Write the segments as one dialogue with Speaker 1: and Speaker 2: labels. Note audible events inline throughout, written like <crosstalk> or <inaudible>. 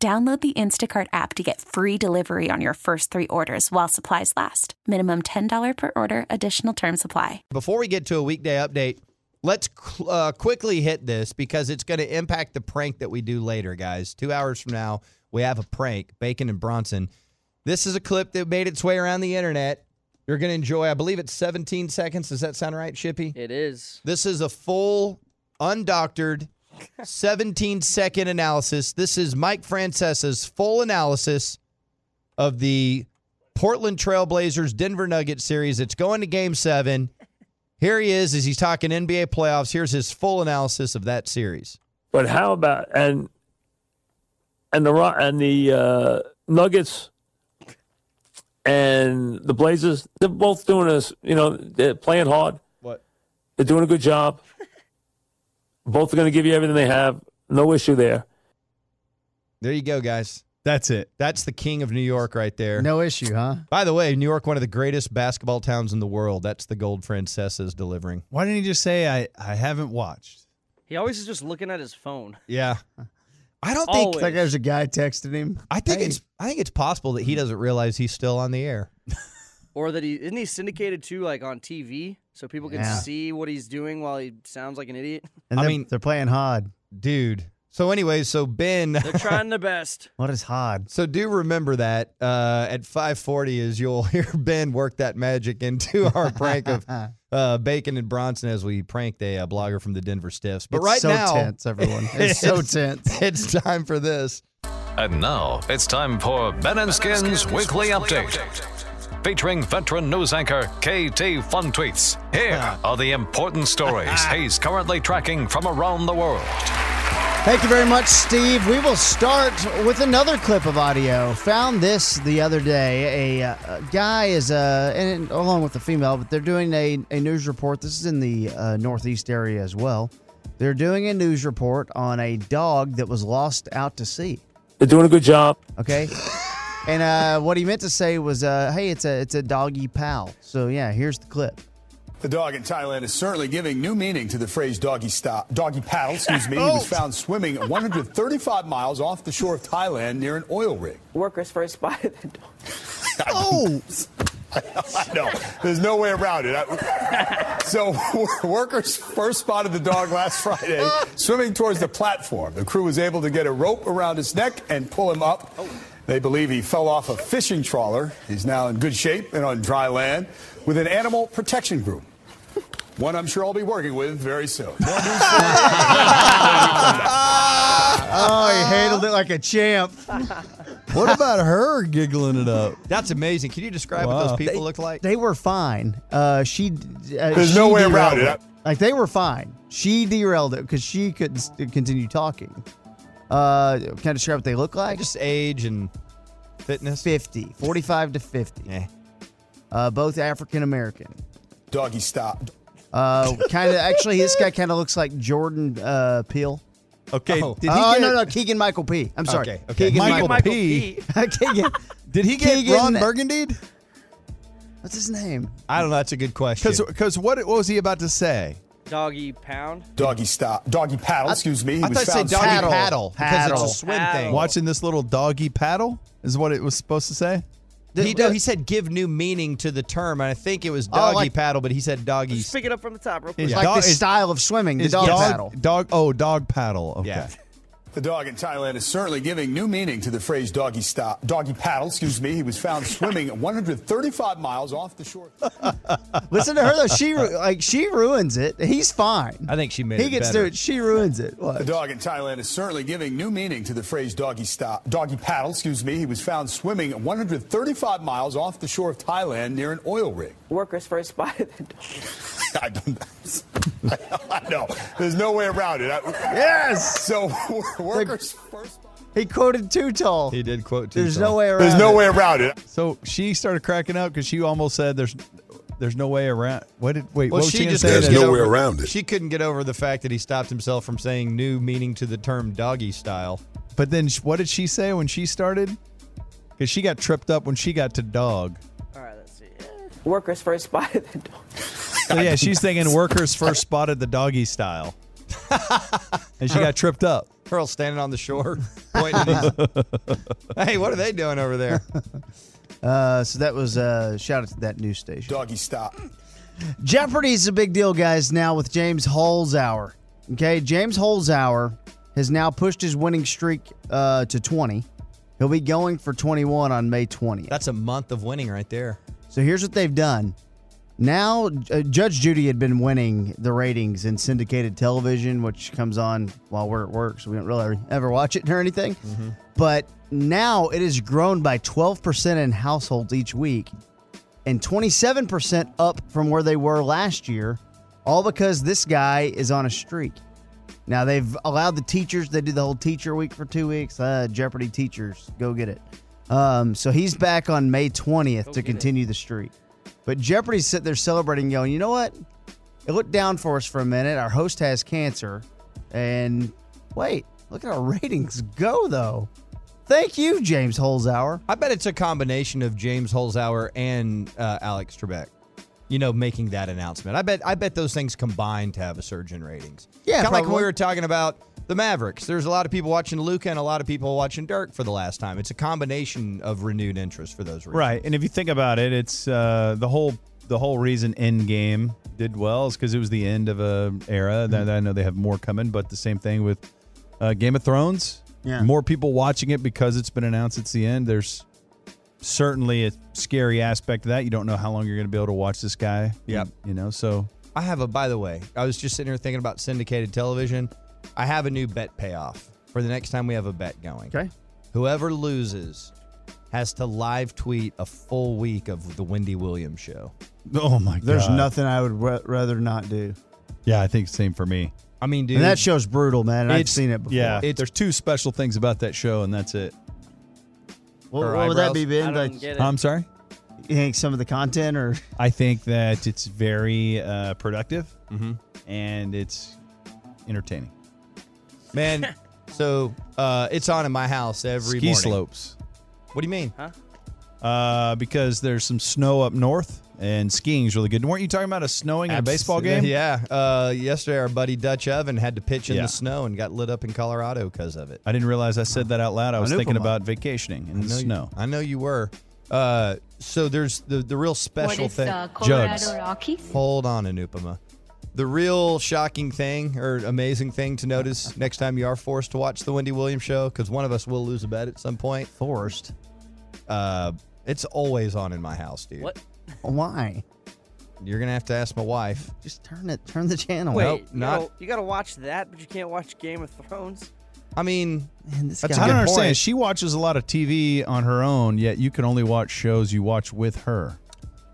Speaker 1: Download the Instacart app to get free delivery on your first three orders while supplies last. Minimum $10 per order, additional term supply.
Speaker 2: Before we get to a weekday update, let's cl- uh, quickly hit this because it's going to impact the prank that we do later, guys. Two hours from now, we have a prank Bacon and Bronson. This is a clip that made its way around the internet. You're going to enjoy, I believe it's 17 seconds. Does that sound right, Shippy?
Speaker 3: It is.
Speaker 2: This is a full, undoctored, 17 second analysis. This is Mike Francesa's full analysis of the Portland Trailblazers Denver Nuggets series. It's going to game seven. Here he is as he's talking NBA playoffs. Here's his full analysis of that series.
Speaker 4: But how about and and the Ro- and the uh, Nuggets and the Blazers? They're both doing this. You know, they're playing hard.
Speaker 2: What?
Speaker 4: They're doing a good job. Both are going to give you everything they have. No issue there.
Speaker 2: There you go, guys.
Speaker 5: That's it.
Speaker 2: That's the king of New York right there.
Speaker 5: No issue, huh?
Speaker 2: By the way, New York, one of the greatest basketball towns in the world. That's the gold Francesa's delivering.
Speaker 5: Why didn't he just say I, I haven't watched?
Speaker 3: He always is just looking at his phone.
Speaker 2: Yeah. I don't think
Speaker 3: Always.
Speaker 5: It's like there's a guy texted him.
Speaker 2: I think
Speaker 5: Hey. Mm-hmm.
Speaker 2: it's I think it's possible that he doesn't realize he's still on the air.
Speaker 3: Or that he isn't he syndicated too, like on TV, so people can
Speaker 5: Yeah.
Speaker 3: see what he's doing while he sounds like an idiot.
Speaker 5: And
Speaker 2: I
Speaker 5: they're,
Speaker 2: mean-
Speaker 5: they're playing hard.
Speaker 2: Dude. So anyway, so Ben <laughs>
Speaker 3: <laughs> They're trying their best.
Speaker 5: What is hard?
Speaker 2: So do remember that uh, at 5:40 is you'll <laughs> hear Ben work that magic
Speaker 5: <laughs>
Speaker 2: into our prank of uh, Bacon and Bronson as we pranked a uh, blogger from the Denver Stiffs. But
Speaker 5: it's
Speaker 2: right
Speaker 5: so
Speaker 2: now,
Speaker 5: tense, everyone. It's so
Speaker 2: It's- <laughs>
Speaker 5: tense.
Speaker 2: it's time for this.
Speaker 6: And now it's time for Ben and Skins Weekly Update. Featuring veteran news anchor KT Fun Tweets. Here are the important <laughs> stories he's currently tracking from around the world.
Speaker 5: Thank you very much, Steve. We will start with another clip of audio. Found this the other day. A, uh, guy is, uh, and along with the female, but they're doing a, a news report. This is in the uh, Northeast area as well. They're doing a news report on a dog that was lost out to sea.
Speaker 4: They're doing a good job.
Speaker 5: Okay. and uh, what he meant to say was, uh, "Hey, it's a it's a doggy pal." So yeah, here's the clip.
Speaker 7: The dog in Thailand is certainly giving new meaning to the phrase doggy stop, doggy paddle, excuse me. He was found swimming 135 miles off the shore of Thailand near an oil rig.
Speaker 8: Workers first spotted the dog.
Speaker 5: Oh,
Speaker 7: I know. There's no way around it. I- <laughs> so workers first spotted the dog last Friday swimming towards the platform. The crew was able to get a rope around his neck and pull him up. They believe he fell off a fishing trawler. He's now in good shape and on dry land with an animal protection group. One I'm sure I'll be working with very soon. More news
Speaker 5: oh, he handled it like a champ.
Speaker 9: What about her giggling it up?
Speaker 2: <laughs> That's amazing. Can you describe what those
Speaker 9: Wow.
Speaker 2: people look like?
Speaker 5: They were fine. Uh, she. Uh,
Speaker 7: There's
Speaker 5: she
Speaker 7: no way
Speaker 5: derailed
Speaker 7: around it.
Speaker 5: Like they were fine. She derailed it because she couldn't s- continue talking. Uh, can I describe what they look like?
Speaker 2: Just age and fitness.
Speaker 5: 50, 45 to 50.
Speaker 2: Yeah.
Speaker 5: Uh, both African American.
Speaker 7: doggy stop.
Speaker 5: Uh, kind of. Actually, this guy kind of looks like Jordan uh, Peele.
Speaker 9: Okay.
Speaker 2: Oh.
Speaker 9: Did he
Speaker 5: Oh
Speaker 9: get,
Speaker 5: no, no, Keegan Michael P. I'm sorry.
Speaker 2: Okay, okay.
Speaker 5: Keegan
Speaker 9: Michael
Speaker 3: Michael
Speaker 5: Michael,
Speaker 9: P.
Speaker 5: <laughs>
Speaker 3: P.
Speaker 5: Keegan.
Speaker 9: Did he get
Speaker 5: Keegan-
Speaker 9: Ron Burgundied?
Speaker 5: What's his name?
Speaker 2: I don't know. That's a good question.
Speaker 9: Because what, what was he about to say?
Speaker 3: Doggy pound.
Speaker 7: Doggy stop. Doggy paddle, excuse me. He
Speaker 2: I
Speaker 7: was
Speaker 2: thought you said
Speaker 7: found
Speaker 2: doggy paddle,
Speaker 5: Paddle.
Speaker 2: because
Speaker 5: Paddle.
Speaker 2: it's a swim
Speaker 3: Paddle.
Speaker 2: thing.
Speaker 9: Watching this little doggy paddle is what it was supposed to say.
Speaker 2: He, no, he said give new meaning to the term, and I think it was doggy
Speaker 5: Oh, like-
Speaker 2: paddle, but he said doggy.
Speaker 3: Just pick it up from the top real quick.
Speaker 9: Is
Speaker 5: Like
Speaker 9: dog-
Speaker 5: the
Speaker 9: is-
Speaker 5: style of swimming, the
Speaker 9: is
Speaker 5: dog,
Speaker 9: dog
Speaker 5: paddle.
Speaker 9: Dog. Oh, dog paddle. Okay.
Speaker 2: Yeah.
Speaker 7: The dog in Thailand is certainly giving new meaning to the phrase doggy stop, doggy paddle, excuse me. He was
Speaker 2: <laughs>
Speaker 7: found swimming 135 miles off the shore.
Speaker 5: <laughs> Listen to her though. She ru- like she ruins it. He's fine.
Speaker 2: I think she made
Speaker 5: he
Speaker 2: it
Speaker 5: gets
Speaker 2: better.
Speaker 5: to it. She ruins it. What?
Speaker 7: The dog in Thailand is certainly giving new meaning to the phrase doggy stop, doggy paddle, excuse me. He was found swimming 135 miles off the shore of Thailand near an oil rig. <laughs>
Speaker 8: Workers first spotted the dog.
Speaker 7: I don't <laughs> I know. There's no way around it. I-
Speaker 5: Yes.
Speaker 7: so <laughs> workers first.
Speaker 5: He quoted too tall.
Speaker 2: He did quote two.
Speaker 5: There's no way around.
Speaker 7: There's no
Speaker 2: uh,
Speaker 5: it.
Speaker 7: way around it.
Speaker 9: So she started cracking up because she almost said, "There's, there's no way around." What did wait?
Speaker 2: Well,
Speaker 9: what was
Speaker 2: she
Speaker 9: she,
Speaker 2: just
Speaker 9: gonna
Speaker 2: couldn't
Speaker 9: say?
Speaker 10: There's
Speaker 2: get
Speaker 10: no way
Speaker 2: over-
Speaker 10: around it.
Speaker 2: She couldn't get over the fact that he stopped himself from saying new meaning to the term doggy style.
Speaker 9: But then sh- what did she say when she started? Because she got tripped up when she got to dog.
Speaker 3: All right, let's see.
Speaker 8: Workers first spotted the dog.
Speaker 9: So yeah, she's thinking workers first spotted the
Speaker 2: <laughs>
Speaker 9: doggy style, and she got tripped up.
Speaker 2: Pearl standing on the shore, pointing.
Speaker 9: <laughs>
Speaker 2: at his- hey, what are they doing over there?
Speaker 5: Uh, so that was uh, shout out to that news station.
Speaker 7: Doggy stop.
Speaker 5: Jeopardy's a big deal, guys, now with James Holzhauer. Okay, James Holzhauer has now pushed his winning streak uh, to 20. He'll be going for 21 on May 20th.
Speaker 2: That's a month of winning right there.
Speaker 5: So here's what they've done. Now, uh, Judge Judy had been winning the ratings in syndicated television, which comes on while we're at work, so we don't really ever watch it <laughs> or anything. But now it has grown by 12% in households each week and 27% up from where they were last year, all because this guy is on a streak. Now, they've allowed the teachers, they did the whole teacher week for two weeks. Uh, Jeopardy teachers, go get it. Um, so he's back on May 20th to continue the streak. But Jeopardy's sitting there celebrating, going, you know what? It looked down for us for a minute. Our host has cancer. And wait, look at our <laughs> ratings go, though. Thank you, James Holzhauer.
Speaker 2: I bet it's a combination of James Holzhauer and uh, Alex Trebek. You know, making that announcement. I bet. I bet those things combined to have a surge in ratings.
Speaker 5: Yeah,
Speaker 2: kind of like when
Speaker 5: probably.
Speaker 2: we were talking about the Mavericks. There's a lot of people watching Luca and a lot of people watching Dirk for the last time. It's a combination of renewed interest for those reasons.
Speaker 9: Right, and if you think about it, it's uh, the whole the whole reason Endgame did well is because it was the end of a era.
Speaker 5: Mm-hmm.
Speaker 9: That I know they have more coming, but the same thing with uh, Game of Thrones.
Speaker 5: Yeah.
Speaker 9: more people watching it because it's been announced it's the end. There's certainly a scary aspect of that. You don't know how long you're going to be able to watch this guy.
Speaker 2: Yep.
Speaker 9: you know. So
Speaker 2: I have a. By the way, I was just sitting here thinking about syndicated television. I have a new bet payoff for the next time we have a bet going.
Speaker 5: Okay.
Speaker 2: Whoever loses has to live tweet a full week of the Wendy Williams show.
Speaker 9: oh my
Speaker 5: There's
Speaker 9: God.
Speaker 5: nothing I would ra- rather not do.
Speaker 9: Yeah, I think same for me.
Speaker 2: I mean, dude,
Speaker 5: And that show's brutal, man. and I've
Speaker 9: It's-
Speaker 5: seen it before.
Speaker 9: Yeah,
Speaker 2: It's-
Speaker 9: there's two special things about that show, and that's it.
Speaker 5: What,
Speaker 2: Her
Speaker 5: what would that
Speaker 2: eyebrows.
Speaker 5: be,
Speaker 3: I
Speaker 5: Ben?
Speaker 3: don't
Speaker 5: Like,
Speaker 3: get it.
Speaker 9: I'm sorry.
Speaker 5: you think some of the content or
Speaker 9: I think that it's very uh, productive
Speaker 2: Mm-hmm.
Speaker 9: and it's entertaining.
Speaker 2: man. <laughs> so uh, it's on in my house every
Speaker 9: Ski
Speaker 2: morning.
Speaker 9: slopes,
Speaker 2: What do you mean?
Speaker 9: uh, because there's some snow up north and skiing is really good. Weren't you talking about a snowing in a baseball
Speaker 2: <laughs>
Speaker 9: game?
Speaker 2: Yeah. Uh, yesterday, our buddy Dutch Evan had to pitch in
Speaker 9: Yeah.
Speaker 2: the snow and got lit up in Colorado because of it.
Speaker 9: I didn't realize I said that out loud. I was
Speaker 5: knew
Speaker 9: thinking
Speaker 5: from-
Speaker 9: about vacationing in the
Speaker 2: I know you-
Speaker 9: snow.
Speaker 2: I know you were. Uh, so there's the the real special thing.
Speaker 9: uh, Colorado
Speaker 11: Rockies?
Speaker 2: Hold on, Anupama. The real shocking thing or amazing thing to notice next time you are forced to watch the Wendy Williams show, because one of us will lose a bet at some point.
Speaker 5: forced?
Speaker 2: Uh, it's always on in my house, dude.
Speaker 3: What?
Speaker 5: Why?
Speaker 2: You're gonna have to ask my wife.
Speaker 5: Just turn it. Turn the channel.
Speaker 3: Wait,
Speaker 2: Nope,
Speaker 3: you
Speaker 2: not-
Speaker 3: gotta- you gotta watch that, but you can't watch Game of Thrones.
Speaker 2: I mean,
Speaker 5: Man, this
Speaker 2: That's
Speaker 5: guy.
Speaker 9: I
Speaker 2: good
Speaker 9: don't understand.
Speaker 2: point.
Speaker 9: She watches a lot of TV on her own, yet you can only watch shows you watch with her.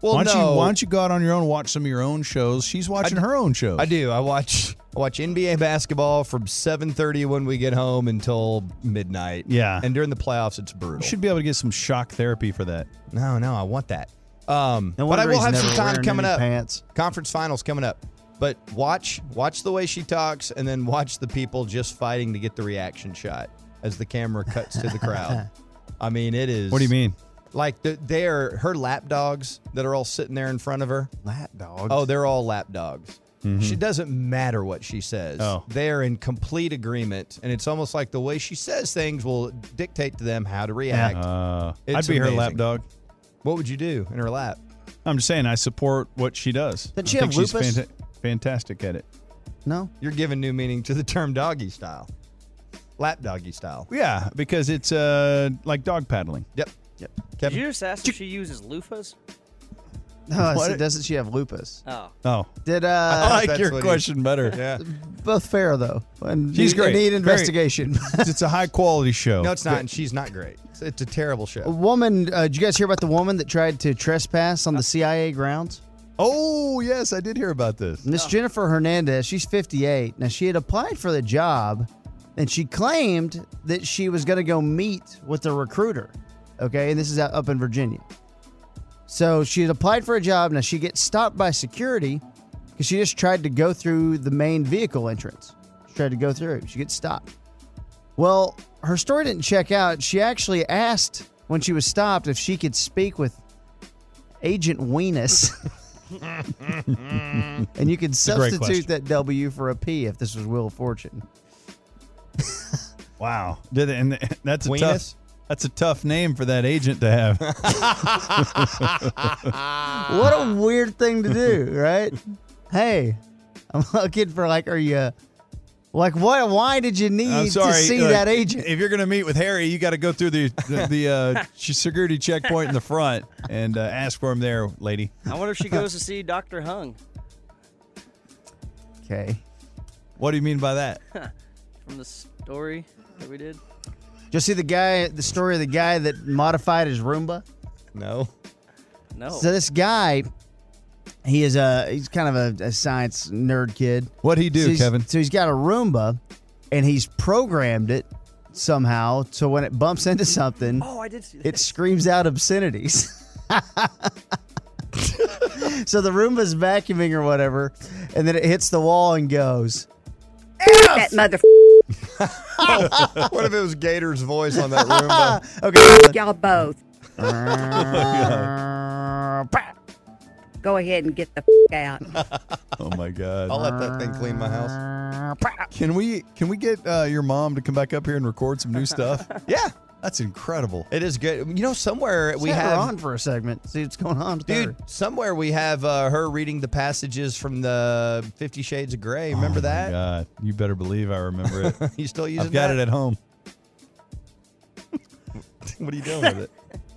Speaker 2: well,
Speaker 3: Oh,
Speaker 9: why, don't
Speaker 2: no,
Speaker 9: you, why don't you go out on your own and watch some of your own shows? She's watching her own shows.
Speaker 2: I do. I watch I watch NBA basketball from 7:30 when we get home until midnight.
Speaker 9: Yeah.
Speaker 2: and during the playoffs, it's brutal.
Speaker 9: You should be able to get some shock therapy for that.
Speaker 2: No, no, I want that. Um,
Speaker 5: No
Speaker 2: but I
Speaker 5: wonder
Speaker 2: will
Speaker 5: he's
Speaker 2: have
Speaker 5: never
Speaker 2: some time
Speaker 5: wearing
Speaker 2: coming
Speaker 5: any
Speaker 2: up.
Speaker 5: pants.
Speaker 2: Conference finals coming up. But watch, watch the way she talks, and then watch the people just fighting to get the reaction shot as the camera cuts to the
Speaker 5: <laughs>
Speaker 2: crowd. I mean, it is.
Speaker 9: What do you mean?
Speaker 2: Like the, they're her lap dogs that are all sitting there in front of her.
Speaker 5: Lap dog.
Speaker 2: Oh, they're all lap dogs. She doesn't matter what she says.
Speaker 9: Mm-hmm. Oh.
Speaker 2: They're in complete agreement, and it's almost like the way she says things will dictate to them how to react.
Speaker 9: Uh, I'd
Speaker 2: It's
Speaker 9: be her
Speaker 2: amazing.
Speaker 9: lap dog.
Speaker 2: what would you do in her lap?
Speaker 9: I'm just saying, I support what she does.
Speaker 5: Doesn't
Speaker 9: I
Speaker 5: she
Speaker 9: think
Speaker 5: have
Speaker 9: she's
Speaker 5: lupus?
Speaker 9: fanta- fantastic at it.
Speaker 5: no.
Speaker 2: You're giving new meaning to the term doggy style. Lap doggy style.
Speaker 9: Yeah, because it's uh, like dog paddling.
Speaker 2: Yep. Yep.
Speaker 3: Did
Speaker 2: Kevin.
Speaker 3: you just ask if she uses loofahs?
Speaker 5: No. I
Speaker 9: What?
Speaker 5: said, doesn't she have lupus?
Speaker 3: Oh,
Speaker 9: Oh,
Speaker 5: Did uh
Speaker 2: <laughs> that's what he-
Speaker 9: better.
Speaker 2: yeah.
Speaker 5: both fair though? And
Speaker 9: She's
Speaker 5: need,
Speaker 9: great.
Speaker 5: Need
Speaker 9: Very-
Speaker 5: investigation. <laughs>
Speaker 9: it's a high quality show.
Speaker 2: No, it's not, and she's not great. It's, it's a terrible
Speaker 5: A
Speaker 2: show.
Speaker 5: woman. Uh, did you guys hear about the woman that tried to trespass on the CIA grounds?
Speaker 9: Oh, yes, I did hear about this.
Speaker 5: Miss Jennifer Hernandez, she's 58. Now, she had applied for the job and she claimed that she was going to go meet with the recruiter. Okay, and this is out- up in Virginia. So she had applied for a job. Now she gets stopped by security because she just tried to go through the main vehicle entrance. She tried to go through. She gets stopped. Well, her story didn't check out. She actually asked when she was stopped if she could speak with Agent Weenus. <laughs> and you could
Speaker 9: a great
Speaker 5: substitute
Speaker 9: question.
Speaker 5: that W for a P if this was Wheel of Fortune.
Speaker 9: Wow. Did it, and <laughs> that's a
Speaker 2: Weenus?
Speaker 9: tough. That's a tough name for that agent
Speaker 2: <laughs>
Speaker 9: to have.
Speaker 5: What a weird thing to do, right? hey, I'm looking for like, are you like what? Why did you
Speaker 9: I'm
Speaker 5: need
Speaker 9: sorry.
Speaker 5: to see
Speaker 9: uh,
Speaker 5: that agent?
Speaker 9: If you're going to meet with Harry, you got to go through the the, the
Speaker 2: <laughs>
Speaker 9: uh, security checkpoint in the front and uh, ask for him there, lady.
Speaker 3: I wonder if she goes to see Doctor Hung
Speaker 5: okay,
Speaker 9: What do you mean by that?
Speaker 3: from the story that we did.
Speaker 5: just see the guy. The story of the guy that modified his Roomba.
Speaker 2: No.
Speaker 3: No.
Speaker 5: So this guy, he is a he's kind of a, a science nerd kid.
Speaker 9: What'd he do,
Speaker 5: so he's-
Speaker 9: Kevin?
Speaker 5: So he's got a Roomba, and he's programmed it somehow so when it bumps into something,
Speaker 3: oh, I did see that.
Speaker 5: it screams out obscenities. so the Roomba's vacuuming or whatever, and then it hits the wall and goes.
Speaker 10: That mother
Speaker 2: <laughs> what if it was Gator's voice on
Speaker 9: <laughs>
Speaker 2: that Roomba?
Speaker 9: Oh
Speaker 5: Okay.
Speaker 10: y'all both.
Speaker 5: Pow.
Speaker 10: Go ahead and get the f- out.
Speaker 9: Oh my
Speaker 2: I'll
Speaker 9: God!
Speaker 2: let that thing clean my house.
Speaker 9: Can we can we get uh, your mom to come back up here and record some new stuff?
Speaker 2: <laughs> Yeah,
Speaker 9: That's incredible.
Speaker 2: it is good. You know, somewhere we
Speaker 5: Set her
Speaker 2: have
Speaker 5: on for a segment. See what's going on. With
Speaker 2: Dude,
Speaker 5: her.
Speaker 2: somewhere we have uh, her reading the passages from the Fifty Shades of Grey. Remember that?
Speaker 9: Oh God, you better believe I remember it.
Speaker 2: <laughs> You still using
Speaker 9: I've got
Speaker 2: that?
Speaker 9: it
Speaker 2: <laughs>
Speaker 9: at home.
Speaker 2: What are you doing <laughs> with it?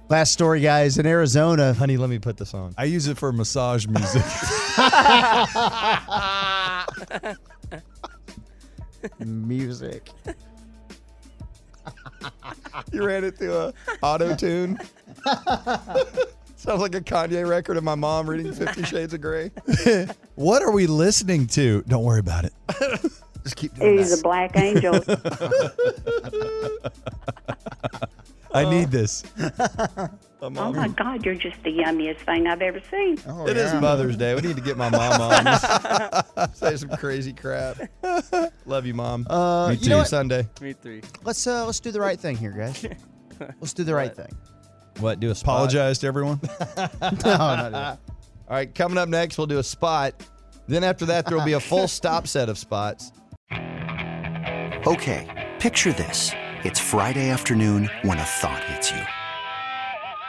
Speaker 5: Last story, guys. In Arizona,
Speaker 2: Honey, let me put this on.
Speaker 9: I use it for massage
Speaker 2: <laughs>
Speaker 9: music. <laughs>
Speaker 5: music.
Speaker 2: You ran it through a auto tune. <laughs> Sounds like a Kanye record of my mom reading
Speaker 9: <laughs>
Speaker 2: Fifty Shades of Grey.
Speaker 9: what are we listening to? Don't worry about
Speaker 2: <laughs>
Speaker 9: it.
Speaker 2: Just keep doing
Speaker 10: He's a black
Speaker 9: <laughs>
Speaker 10: angel.
Speaker 9: I need this.
Speaker 10: Oh my God, you're just the yummiest thing I've ever seen.
Speaker 2: Oh,
Speaker 5: Oh,
Speaker 2: It is Mother's Day. We need to get my mom on.
Speaker 5: <laughs>
Speaker 2: <laughs> Say some crazy crap. Love you, mom.
Speaker 5: Uh,
Speaker 9: Me
Speaker 5: you know
Speaker 9: too.
Speaker 5: what?
Speaker 2: Sunday.
Speaker 3: Me three.
Speaker 5: Let's uh, let's do the right thing here, guys.
Speaker 2: <laughs>
Speaker 5: Let's do the right thing.
Speaker 2: What? Do a
Speaker 9: Apologize
Speaker 2: <laughs>
Speaker 5: <laughs>
Speaker 9: to everyone.
Speaker 5: No, not at
Speaker 2: All right, coming up next, we'll do a spot. Then after that, there'll be a
Speaker 5: <laughs>
Speaker 2: full stop set of spots.
Speaker 11: Okay, picture this. It's Friday afternoon when a thought hits you.